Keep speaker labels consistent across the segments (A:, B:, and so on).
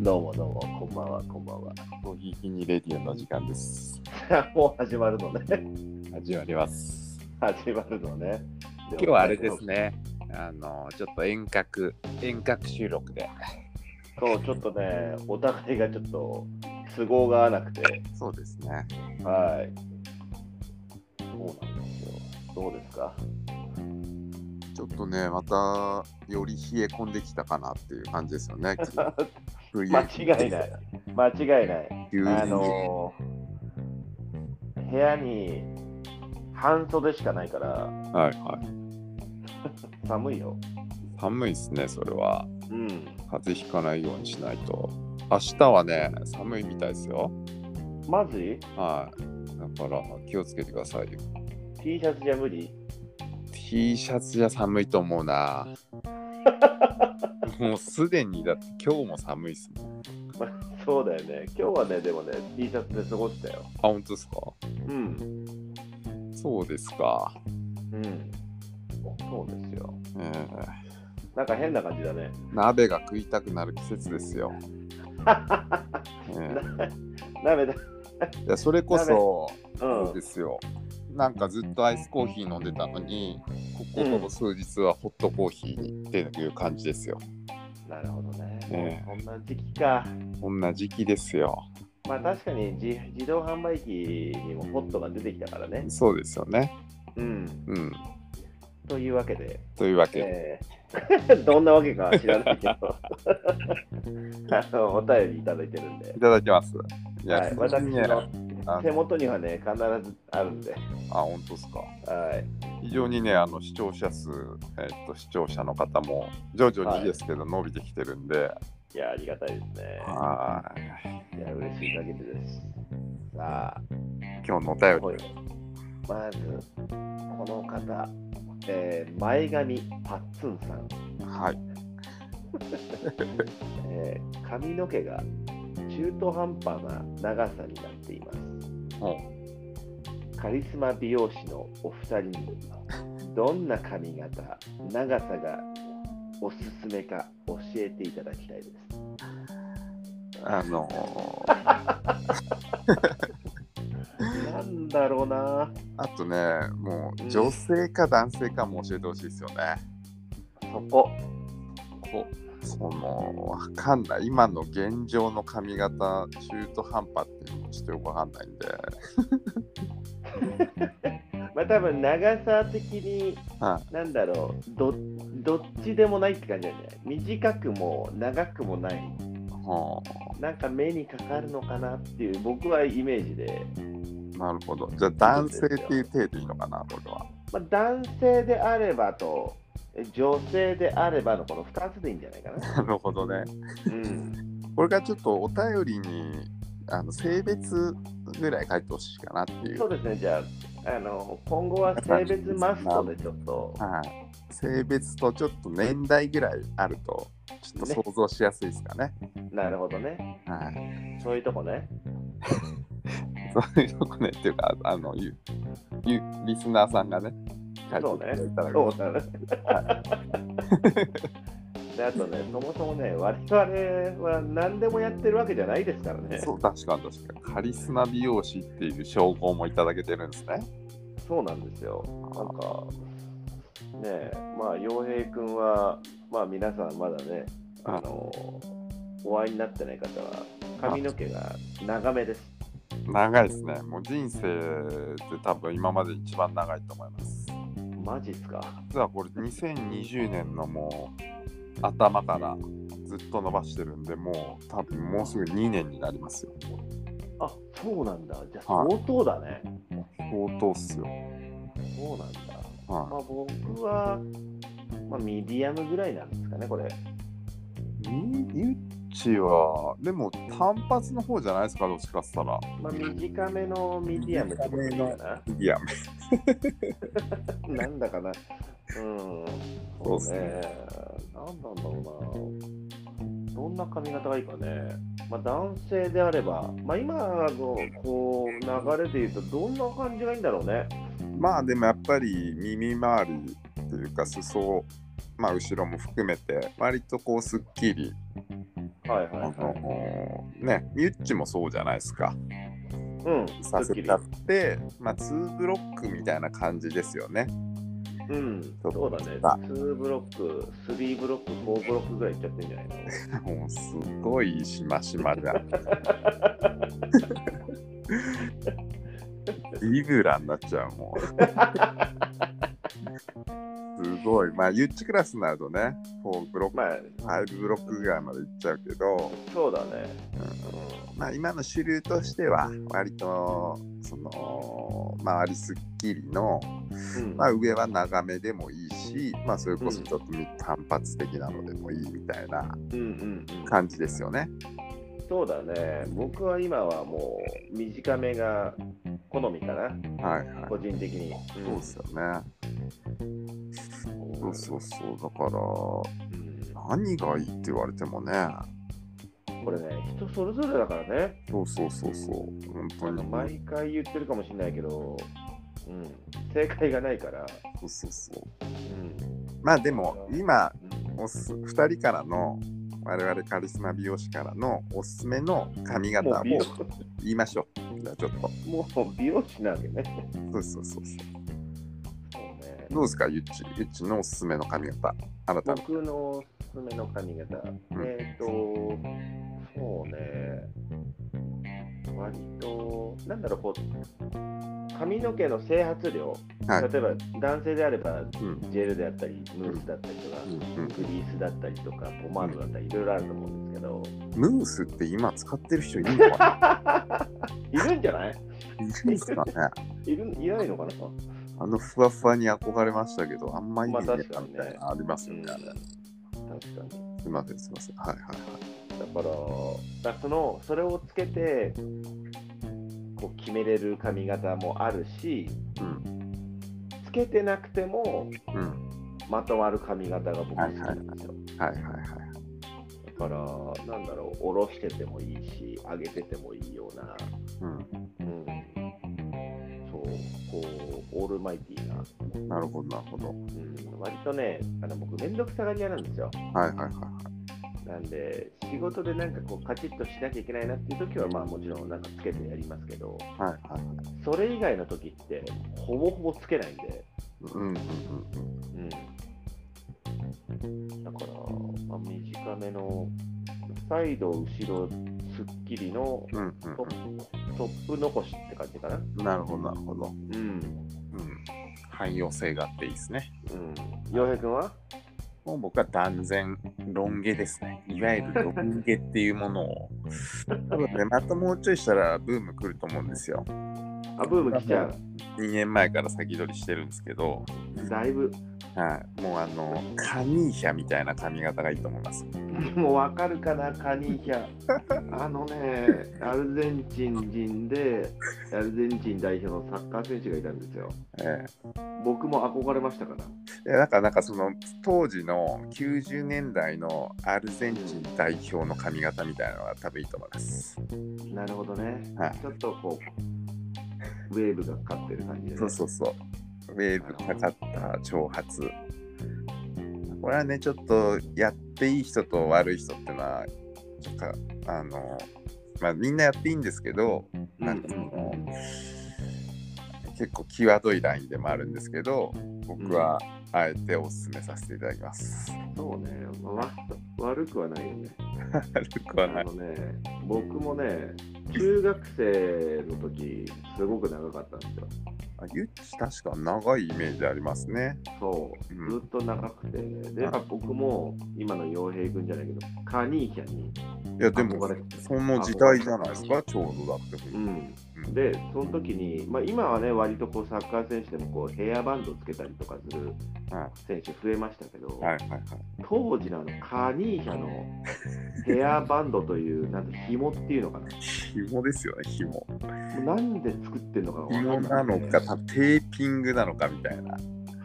A: どうもどうも、こんばんは、こんばんは。
B: コーヒーひにレディオの時間です。
A: もう始まるのね。
B: 始まります。
A: 始まるのね。
B: 今日はあれです。ね。あの、ちょっと遠隔、遠隔収録で。
A: そう、ちょっとね、お互いがちょっと都合が合わなくて、
B: そうですね。
A: はい。そうなんですよ。どうですか
B: ちょっとね、また、より冷え込んできたかなっていう感じですよ ね。冬
A: 間違いない。。間違いない。
B: 急に
A: あのー、部屋に半袖しかないから
B: はいはい。
A: 寒いよ。
B: 寒いですね、それは。
A: うん。
B: 風邪ひかないようにしないと。明日はね、寒いみたいですよ。
A: マジ
B: はい。だから、気をつけてくださいよ。
A: ?T シャツじゃ無理
B: T シャツじゃ寒いと思 うな。もうすでにだって今日も寒いっすもん。
A: そうだよね。今日はね、でもね、T シャツで過ごしたよ。
B: あ、本当ですか
A: うん。
B: そうですか。
A: うん。そうですよ。
B: えー
A: なんか変な感じだね。
B: 鍋が食いたくなる季節ですよ。え ー
A: ダメだ。
B: いやそれこそ、
A: う
B: そうんで。すよ。なんかずっとアイスコーヒー飲んでたのに、ここここ数日はホットコーヒーにっていう感じですよ。
A: なるほどね。
B: え
A: もうそんな時期か。
B: こんな時期ですよ。
A: まあ確かに自自動販売機にもホットが出てきたからね。
B: そうですよね。
A: うん。
B: うん。
A: というわけで、
B: というわけ
A: え
B: で、
A: ー どんなわけかは知らないけど、 あのお便りいただいてるんで
B: い、ただきます。いや、
A: はい、
B: 普通
A: 私
B: にね
A: の
B: あの
A: 手元にはね、必ずあるんで、
B: あ、本当ですか。
A: はい、
B: 非常にね、あの視聴者数、えっと視聴者の方も徐々にですけど伸びてきてるんで、
A: いや、ありがたいですね。
B: はい
A: いや、嬉しい限りです。さあ、
B: 今日のお便り、
A: 声まず、この方、えー前髪パッツンさん、
B: はい、
A: えー髪の毛が中途半端な長さになっています。
B: ほ
A: カリスマ美容師のお二人に、どんな髪型、長さがおすすめか教えていただき たいです。
B: あのー
A: なんだろうな、
B: あとね、もう女性か男性かも教えてほしいですよね。
A: そこ。
B: こそのわかんない、今の現状の髪型、中途半端っていうのもちょっとよくわかんないんで、
A: まあ多分長さ的に、
B: は
A: なんだろうどどっちでもないって感じだよね短くも長くもない
B: ほ
A: なんか目にかかるのかなっていう僕はイメージで、
B: うなるほど。じゃあ男性っていう体でいいのかな、これは。
A: まあ、男性であればとえ女性であればのこの2つでいいんじゃないかな、
B: なるほどね。
A: うん、
B: これからちょっとお便りにあの性別ぐらい書いてほしいかなってい
A: そうう。ですねじゃああの今後は性別マストでちょっと
B: はい。性別とちょっと年代ぐらいあると、ちょっと想像しやすいですかね。
A: なるほどね
B: はい。
A: そういうとこね
B: そういうとこねっていうか、あの、ゆゆリスナーさんがね、書いて
A: そ
B: いうた
A: ね
B: だいたら、
A: そうだね。であとね、そもそもね、我々は何でもやってるわけじゃないですからね。
B: そう確かに確かに。カリスマ美容師っていう称号もいただけてるんですね。
A: そうなんですよ。なんか、ねえ、まあ、洋平君は、まあ、皆さんまだね、あの、お会いになってない方は、髪の毛が長めです。
B: 長いですね。もう人生で多分今まで一番長いと思います。
A: マジっすか。
B: 実はこれ2020年のもう頭からずっと伸ばしてるんでもう多分もうすぐ2年になりますよ
A: あ、そうなんだ。じゃあ、
B: はい
A: 相当だね。
B: 相当っすよ、
A: そうなんだ。
B: は
A: まあ、僕は、まあ、ミディアムぐらいなんですかね、これ。
B: い、みゆっちはでも単発の方じゃないですかどっちかっつったら
A: まあ、短めのミディアムってことでいいか
B: いや
A: な。なんだかな。うん。
B: そうっすね
A: なんなんだろうな。どんな髪型がいいかね。まあ、男性であれば、まあ、今のこう流れで言うと、どんな感じがいいんだろうね。
B: まあでもやっぱり耳周りっていうか裾まあ後ろも含めて割とこうすっきり
A: はい
B: あ
A: はいはい。
B: のねミュッチもそうじゃないですか
A: うん、
B: さ
A: す
B: せ
A: っきり
B: たってまあ2ブロックみたいな感じですよね
A: うん、
B: そう
A: そうだね。
B: あ
A: 2ブロック、3ブロック、4ブロックぐらいいっちゃってんじゃないの
B: もうすごいしましまじゃんリブラになっちゃうもうすごいまあユッチクラスになるとね4ブロック
A: まあ、
B: 5ブロックぐらいまでいっちゃうけど、
A: そうだね。
B: まあ、今の主流としては割とその周りすっきりの、
A: うん。
B: まあ、上は長めでもいいし、まあ、それこそちょっと単発的なのでもいいみたいな
A: うんうんうん。
B: 感じですよね。
A: そうだね。僕は今はもう、短めが好みかな、
B: はいはい
A: 個人的に。
B: そうですよね。そうそうそう。だから、
A: うん
B: 何がいいって言われてもね。
A: これね、人それぞれだからね。
B: そうそうそうそう。本
A: あ
B: 当
A: の
B: に。
A: 毎回言ってるかもしれないけど、うん、正解がないから、
B: そうそうそう。
A: うん、
B: まあでも、今、おすす2人からの、我々カリスマ美容師からのおすすめの髪型
A: もう
B: を
A: 美容
B: 言いましょう。じゃあちょっと。
A: もう美容師なわけね。
B: そうそうそ
A: そ
B: うそう。
A: うね
B: どうですか、ゆっち。ゆっちのおすすめの髪型。あなたの。
A: 僕のおすすめの髪型、
B: ん
A: えっ、と、そうね、割と、なんだろう、こう、髪の毛の整髪量、
B: はい
A: 例えば男性であれば、
B: うん。
A: ジェルであったり、ムースだったりとか、
B: うん
A: グリースだったりとか、ポマードだったり、いろいろあると思うんですけど、
B: うん、ムースって今使ってる人いるのか
A: いるんじゃない
B: ないるんですかね
A: いるいないのかな
B: あのふわふわに憧れましたけど、あんまり
A: まあ
B: 意味
A: 確かにね
B: みたいなのありますよね。
A: 確かに。
B: すいません、すいません。はいはい
A: だから、だからそのそれをつけてこう決めれる髪型もあるし、つけてなくても
B: はい。うん。
A: まとまる髪型が僕好きなんですよ。
B: はいはいはい。
A: だから、なんだろう、下ろしててもいいし、上げててもいいような、
B: う
A: うん、そう、こう、オールマイティーな、
B: ん。なるほど、なるほど。
A: うん、割とね、あの僕、めんどくさがり屋なんですよ。
B: はいはいはいはい。
A: なんで、仕事でなんかこう、カチッとしなきゃいけないなっていう時は、まあもちろんなんかつけてやりますけど、
B: はいはいはい。
A: それ以外の時って、ほぼほぼつけないんで、
B: うんうんうんうん。
A: うん。だから、まあ、短めの、サイド、後ろ、すっきりの
B: うん
A: トップトップ残しって感じかな。
B: うん。なるほど、なるほど。
A: うん。
B: うん。汎用性があっていいですね。
A: うん。洋平君は
B: もう僕は断然ロン毛ですね。いわゆるロン毛っていうものを。多分ね、またもうちょいしたらブーム来ると思うんですよ。
A: あ、ブーム来ちゃう。
B: 2年前から先取りしてるんですけど。
A: だいぶ、
B: はい、もうあのカニーヒャみたいな髪型がいいと思います。
A: もうわかるかな、カニーヒャ。あのね、アルゼンチン人で、アルゼンチン代表のサッカー選手がいたんですよ。
B: え
A: 僕も憧れましたから。
B: え、なんかなんかその当時の90年代のアルゼンチン代表の髪型みたいなのが多分いいと思います。
A: なるほどね。
B: はい、
A: ちょっとこう、ウェーブがかかってる感じで、ね。
B: そうそうそう。ウェーブかかった長髪。これはねちょっとやっていい人と悪い人ってのはなんかあのまあみんなやっていいんですけど、
A: うんう
B: なんかそ
A: ん
B: の結構際どいラインでもあるんですけど僕はあえておすすめさせていただきます。
A: そうね、まあわ、悪くはないよね。
B: 悪くはな
A: あ
B: い。
A: のね、僕もね、中学生の時、すごく長かったんですよ。
B: あゆっち確か長いイメージありますね。
A: そう、
B: うん
A: ずっと長くて、で、やっぱ僕も、今の洋平君じゃないけど、カニーヒャに、
B: いやでも
A: 憧れて
B: その時代じゃないですかちょうどだって。
A: うん。で、その時に、まあ、今はね、割とこうサッカー選手でもこうヘアバンドつけたりとかする
B: は
A: 選手増えましたけど、
B: はいはいはい。
A: 当時のあのカニーヒャのヘアバンドという、なんて紐っていうのかな。
B: 紐ですよね紐。
A: もうなんで作ってんのかわかん
B: 紐
A: な
B: ないのかたテーピングなのかみたいな。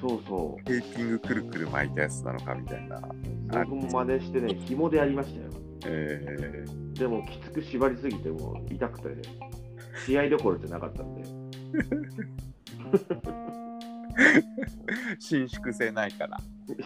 A: そうそ
B: テーピングくるくる巻いたやつなのかみたいな。
A: う。
B: あ
A: 僕も真似してね、紐でやりましたよ。
B: え
A: でもきつく縛りすぎて、もう痛くて、試合どころじゃなかったんで。
B: ー、伸縮性ないから。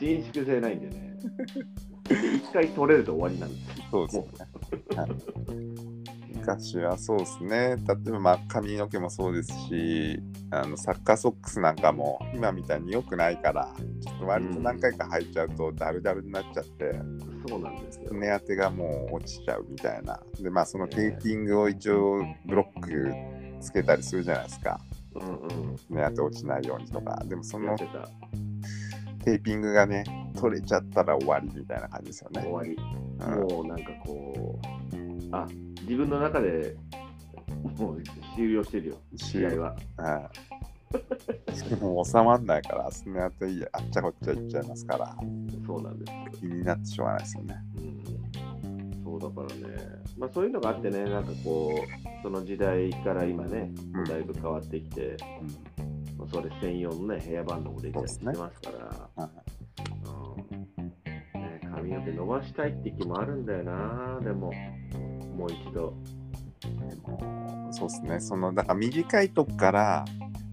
A: 伸縮性ないんでね。一回取れると終わりなんですよ。
B: そうですよね。はい昔はそうですね例えば、まあ、髪の毛もそうですしあのサッカーソックスなんかも今みたいに良くないからちょっと割と何回か履いちゃうとダルダルになっちゃって、
A: そうなんですよ。
B: 寝当てがもう落ちちゃうみたいなでまあそのテーピングを一応ブロックつけたりするじゃないですか
A: うんうん。
B: 寝当て落ちないようにとかでもそ
A: や
B: の
A: ってた。
B: テーピングがね取れちゃったら終わりみたいな感じですよ
A: 終
B: ね、
A: わり。
B: うん
A: もうなんかこう、あ自分の中でもう終了してるよ、試合は。
B: はいもう収まんないから寝当ていいあっちゃこっちゃいっちゃいますから
A: そうなんです。
B: 気になってしょうがないですよね
A: うん、そうだからね、まあ、そういうのがあってね、なんかこう、その時代から今ね、
B: うん
A: だいぶ変わってきて、
B: うん
A: まあそれ専用のね、ヘアバンドもできたりしてますから、
B: はい
A: うんね、髪の毛伸ばしたいって気もあるんだよな、でも、もう一度。
B: でもそうですねそのだから短いとこから、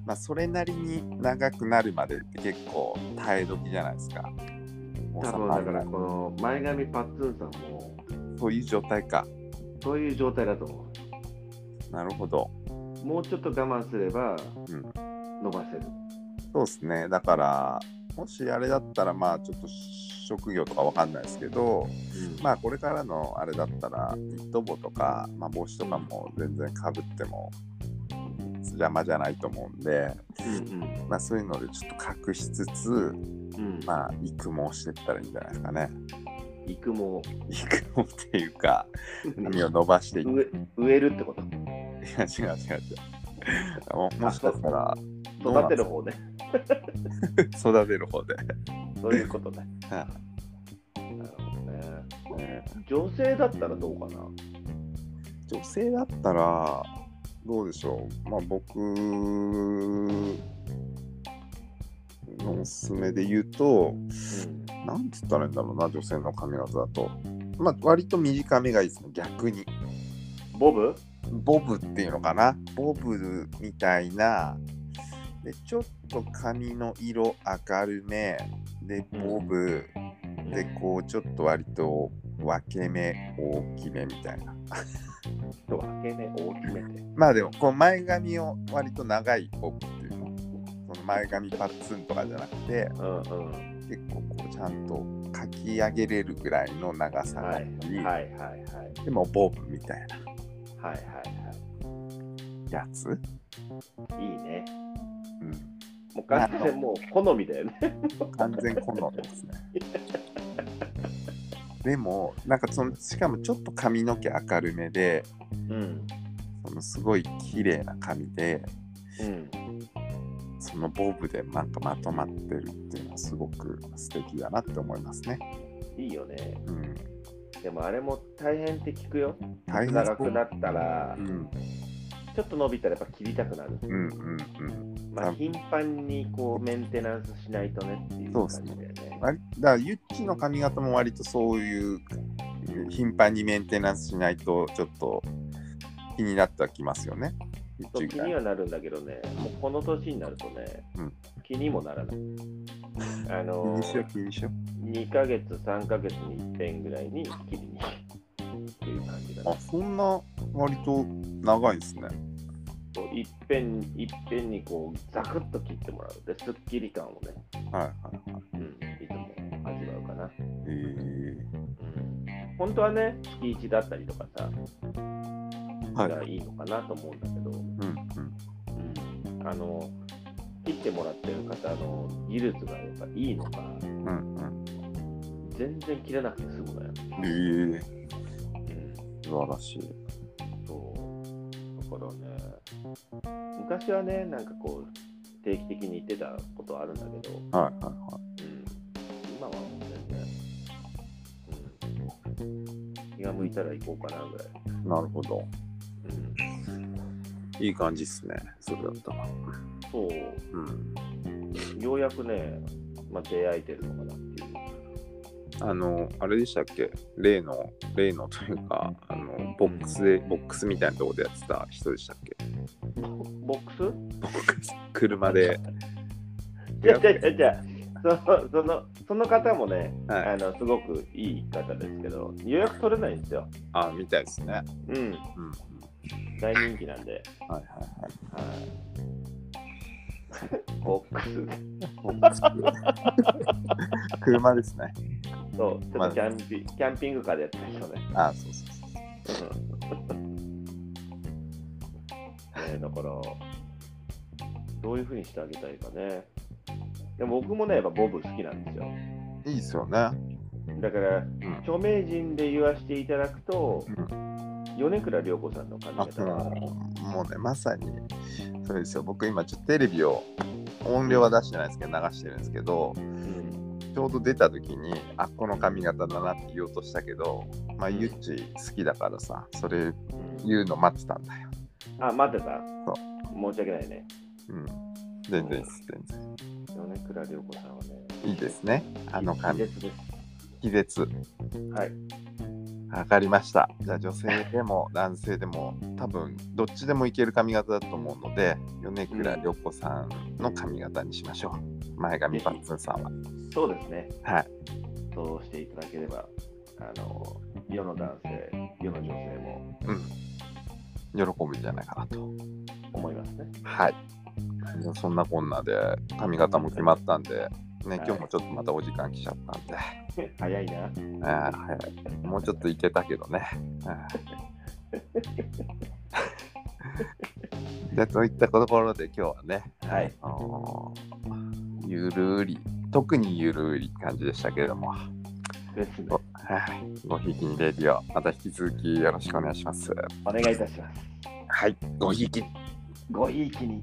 B: まあ、それなりに長くなるまでって結構耐え時じゃないですか。もう
A: 多
B: さ
A: 分だから、
B: ま
A: この前髪パッツンさんも、
B: あそういう状態か。
A: そういう状態だと思う。
B: なるほど。
A: もうちょっと我慢すれば
B: うん、
A: 伸ばせる。
B: そうですねだからもしあれだったらまあちょっと職業とかわかんないですけど、まあこれからのあれだったらニット帽とか、まあ、帽子とかも全然かぶっても邪魔じゃないと思うんで、
A: うんうん
B: まあ、そういうのでちょっと隠しつつ
A: うん、まあ、
B: まあ育毛してったらいいんじゃないですかね。
A: 育毛
B: 育毛っていうか髪を伸ばしていく。
A: 植え植えるってこと
B: いや違う違う違う。ももしかしたら
A: 育てる方ね
B: 育てる方で。
A: そういうことね
B: は
A: なるほどね
B: いね
A: 女性だったらどうかな
B: 女性だったらどうでしょう。まあ僕のおすすめで言うと、なんつったらいいんだろうな女性の髪型だと。まあ割と短めがいいですね逆に。
A: ボブ
B: ボブっていうのかなボブみたいなでちょっと髪の色明るめでボブでこうちょっと割と分け目大きめみたいな
A: 人は分け目大きめで
B: まあでもこう前髪を割と長いボブっていうのその前髪パッツンとかじゃなくて
A: うんうん
B: 結構こうちゃんとかき上げれるぐらいの長さが
A: は
B: あ
A: い
B: り、
A: はいはいはい
B: でもボブみたいな
A: はいはい
B: やつ、
A: はいいいね
B: うん、
A: もう完全もう好みだよね
B: 完全好みです ね。でもなんかそのしかもちょっと髪の毛明るめで
A: うん
B: そのすごい綺麗な髪で
A: うん
B: そのボブでなんかまとまってるっていうのはすごく素敵だなって思いますね。
A: いいよね
B: うん、
A: でもあれも大変って聞くよ
B: 大変
A: 長
B: そう
A: くなったら
B: うん
A: ちょっと伸びたらやっぱ切りたくなる
B: うんうんうん。
A: まあ、
B: あ
A: 頻繁にこうメンテナンスしないとねっていう
B: そう
A: 感
B: っす
A: じ
B: ね
A: だよね。
B: 割だからゆっちの髪型も割とそういううん頻繁にメンテナンスしないとちょっと気になってはきますよね。ゆっ
A: そう
B: ち
A: 気
B: が
A: にはなるんだけどね、もうこの年になるとね、
B: うん
A: 気にもなら ない。あ
B: 気
A: の
B: にしよう
A: ー、
B: 気にしよ
A: 2ヶ月、3ヶ月に1遍ぐらいに切りに行くっていう感じだ
B: う。あ
A: ね。
B: そんな割と長いですね。
A: そういっぺんいっぺんにこうザクッと切ってもらう。で、すっきり感をね、
B: はいはいはい。
A: うん、いつも味わうかな。
B: えー
A: うん、本当はね、月1だったりとかさ、
B: はい
A: がいいのかなと思うんだけど。
B: うんうん、
A: あの切ってもらってる方の技術がやっぱいいのか、
B: うん、うん。
A: 全然切れなくて済むのよ。
B: えー、
A: うん、
B: 素晴らしい。
A: そう。だからね、昔はね、なんかこう、定期的に言ってたことはあるんだけど、うん、
B: はいはいは
A: 今はもう全然、うん、気が向いたら行こうかなぐらい。
B: い。なるほど。
A: うん、
B: いい感じっすね。それだったら。
A: そう、
B: うん。
A: ようやくね、まあ、出会えてるのかなっていう。
B: あの、あれでしたっけ例の、例のというか、あの、ボックスで、ボックスみたいなとこでやってた人でしたっけ
A: ボックス
B: ボックス車で。
A: じゃじゃじゃじゃそのそのその方もね、
B: はい
A: あのすごくいい方ですけど、予約取れないんですよ。
B: あ、みたいですね。
A: うん、
B: うん。
A: 大人気なんで。
B: はいはいはい。
A: はい。ボックス、
B: 車ですね。
A: そう、ちょっとキャンピ,、キャンピングカーでやってましたね。
B: あ、そうそうそう。
A: ね、だから、どういうふうにしてあげたいかね。でも僕もね、やっぱボブ好きなんですよ。
B: いいですよね。
A: だから、
B: ん
A: 著名人で言わせていただくと、
B: う
A: 米倉涼子さんの髪
B: あ
A: 型は、
B: もうもうね、まさにそうですよ。僕今ちょっとテレビを音量は出してないですけど、流してるんですけど、
A: うん
B: ちょうど出た時に、あ、この髪型だなって言おうとしたけど、まあ、
A: うん
B: ゆっち好きだからさ、それ
A: うん
B: 言うの待ってたんだよ。
A: あ、待ってた
B: そ。
A: 申し訳ないね。
B: うん。全然いいです、全然。
A: 米倉涼子さんはね、
B: いいですね。あの
A: 感
B: 髪、
A: じです。
B: 気絶。
A: はい。
B: わかりました。じゃあ女性でも男性でも多分どっちでもいける髪型だと思うので米倉涼子さんの髪型にしましょう。前髪パッツンさんは。
A: そうですね。
B: はい。
A: そうしていただければ、あの、世の男性、世の女性も
B: 喜ぶんじゃないかなと。
A: 思いますね。
B: はい。じゃあそんなこんなで髪型も決まったんで、ね、今日もちょっとまたお時間来ちゃったんで、
A: 早いな。
B: えーはい、もうちょっといけたけどね。えーじゃあといったところで今日はね、
A: はい。
B: あのーゆるり特にゆるり感じでしたけれども、は
A: ですね。
B: い、ごひいきにレディオまた引き続きよろしくお願いします
A: お願いいたします。
B: はいごひいき
A: ごひいきに。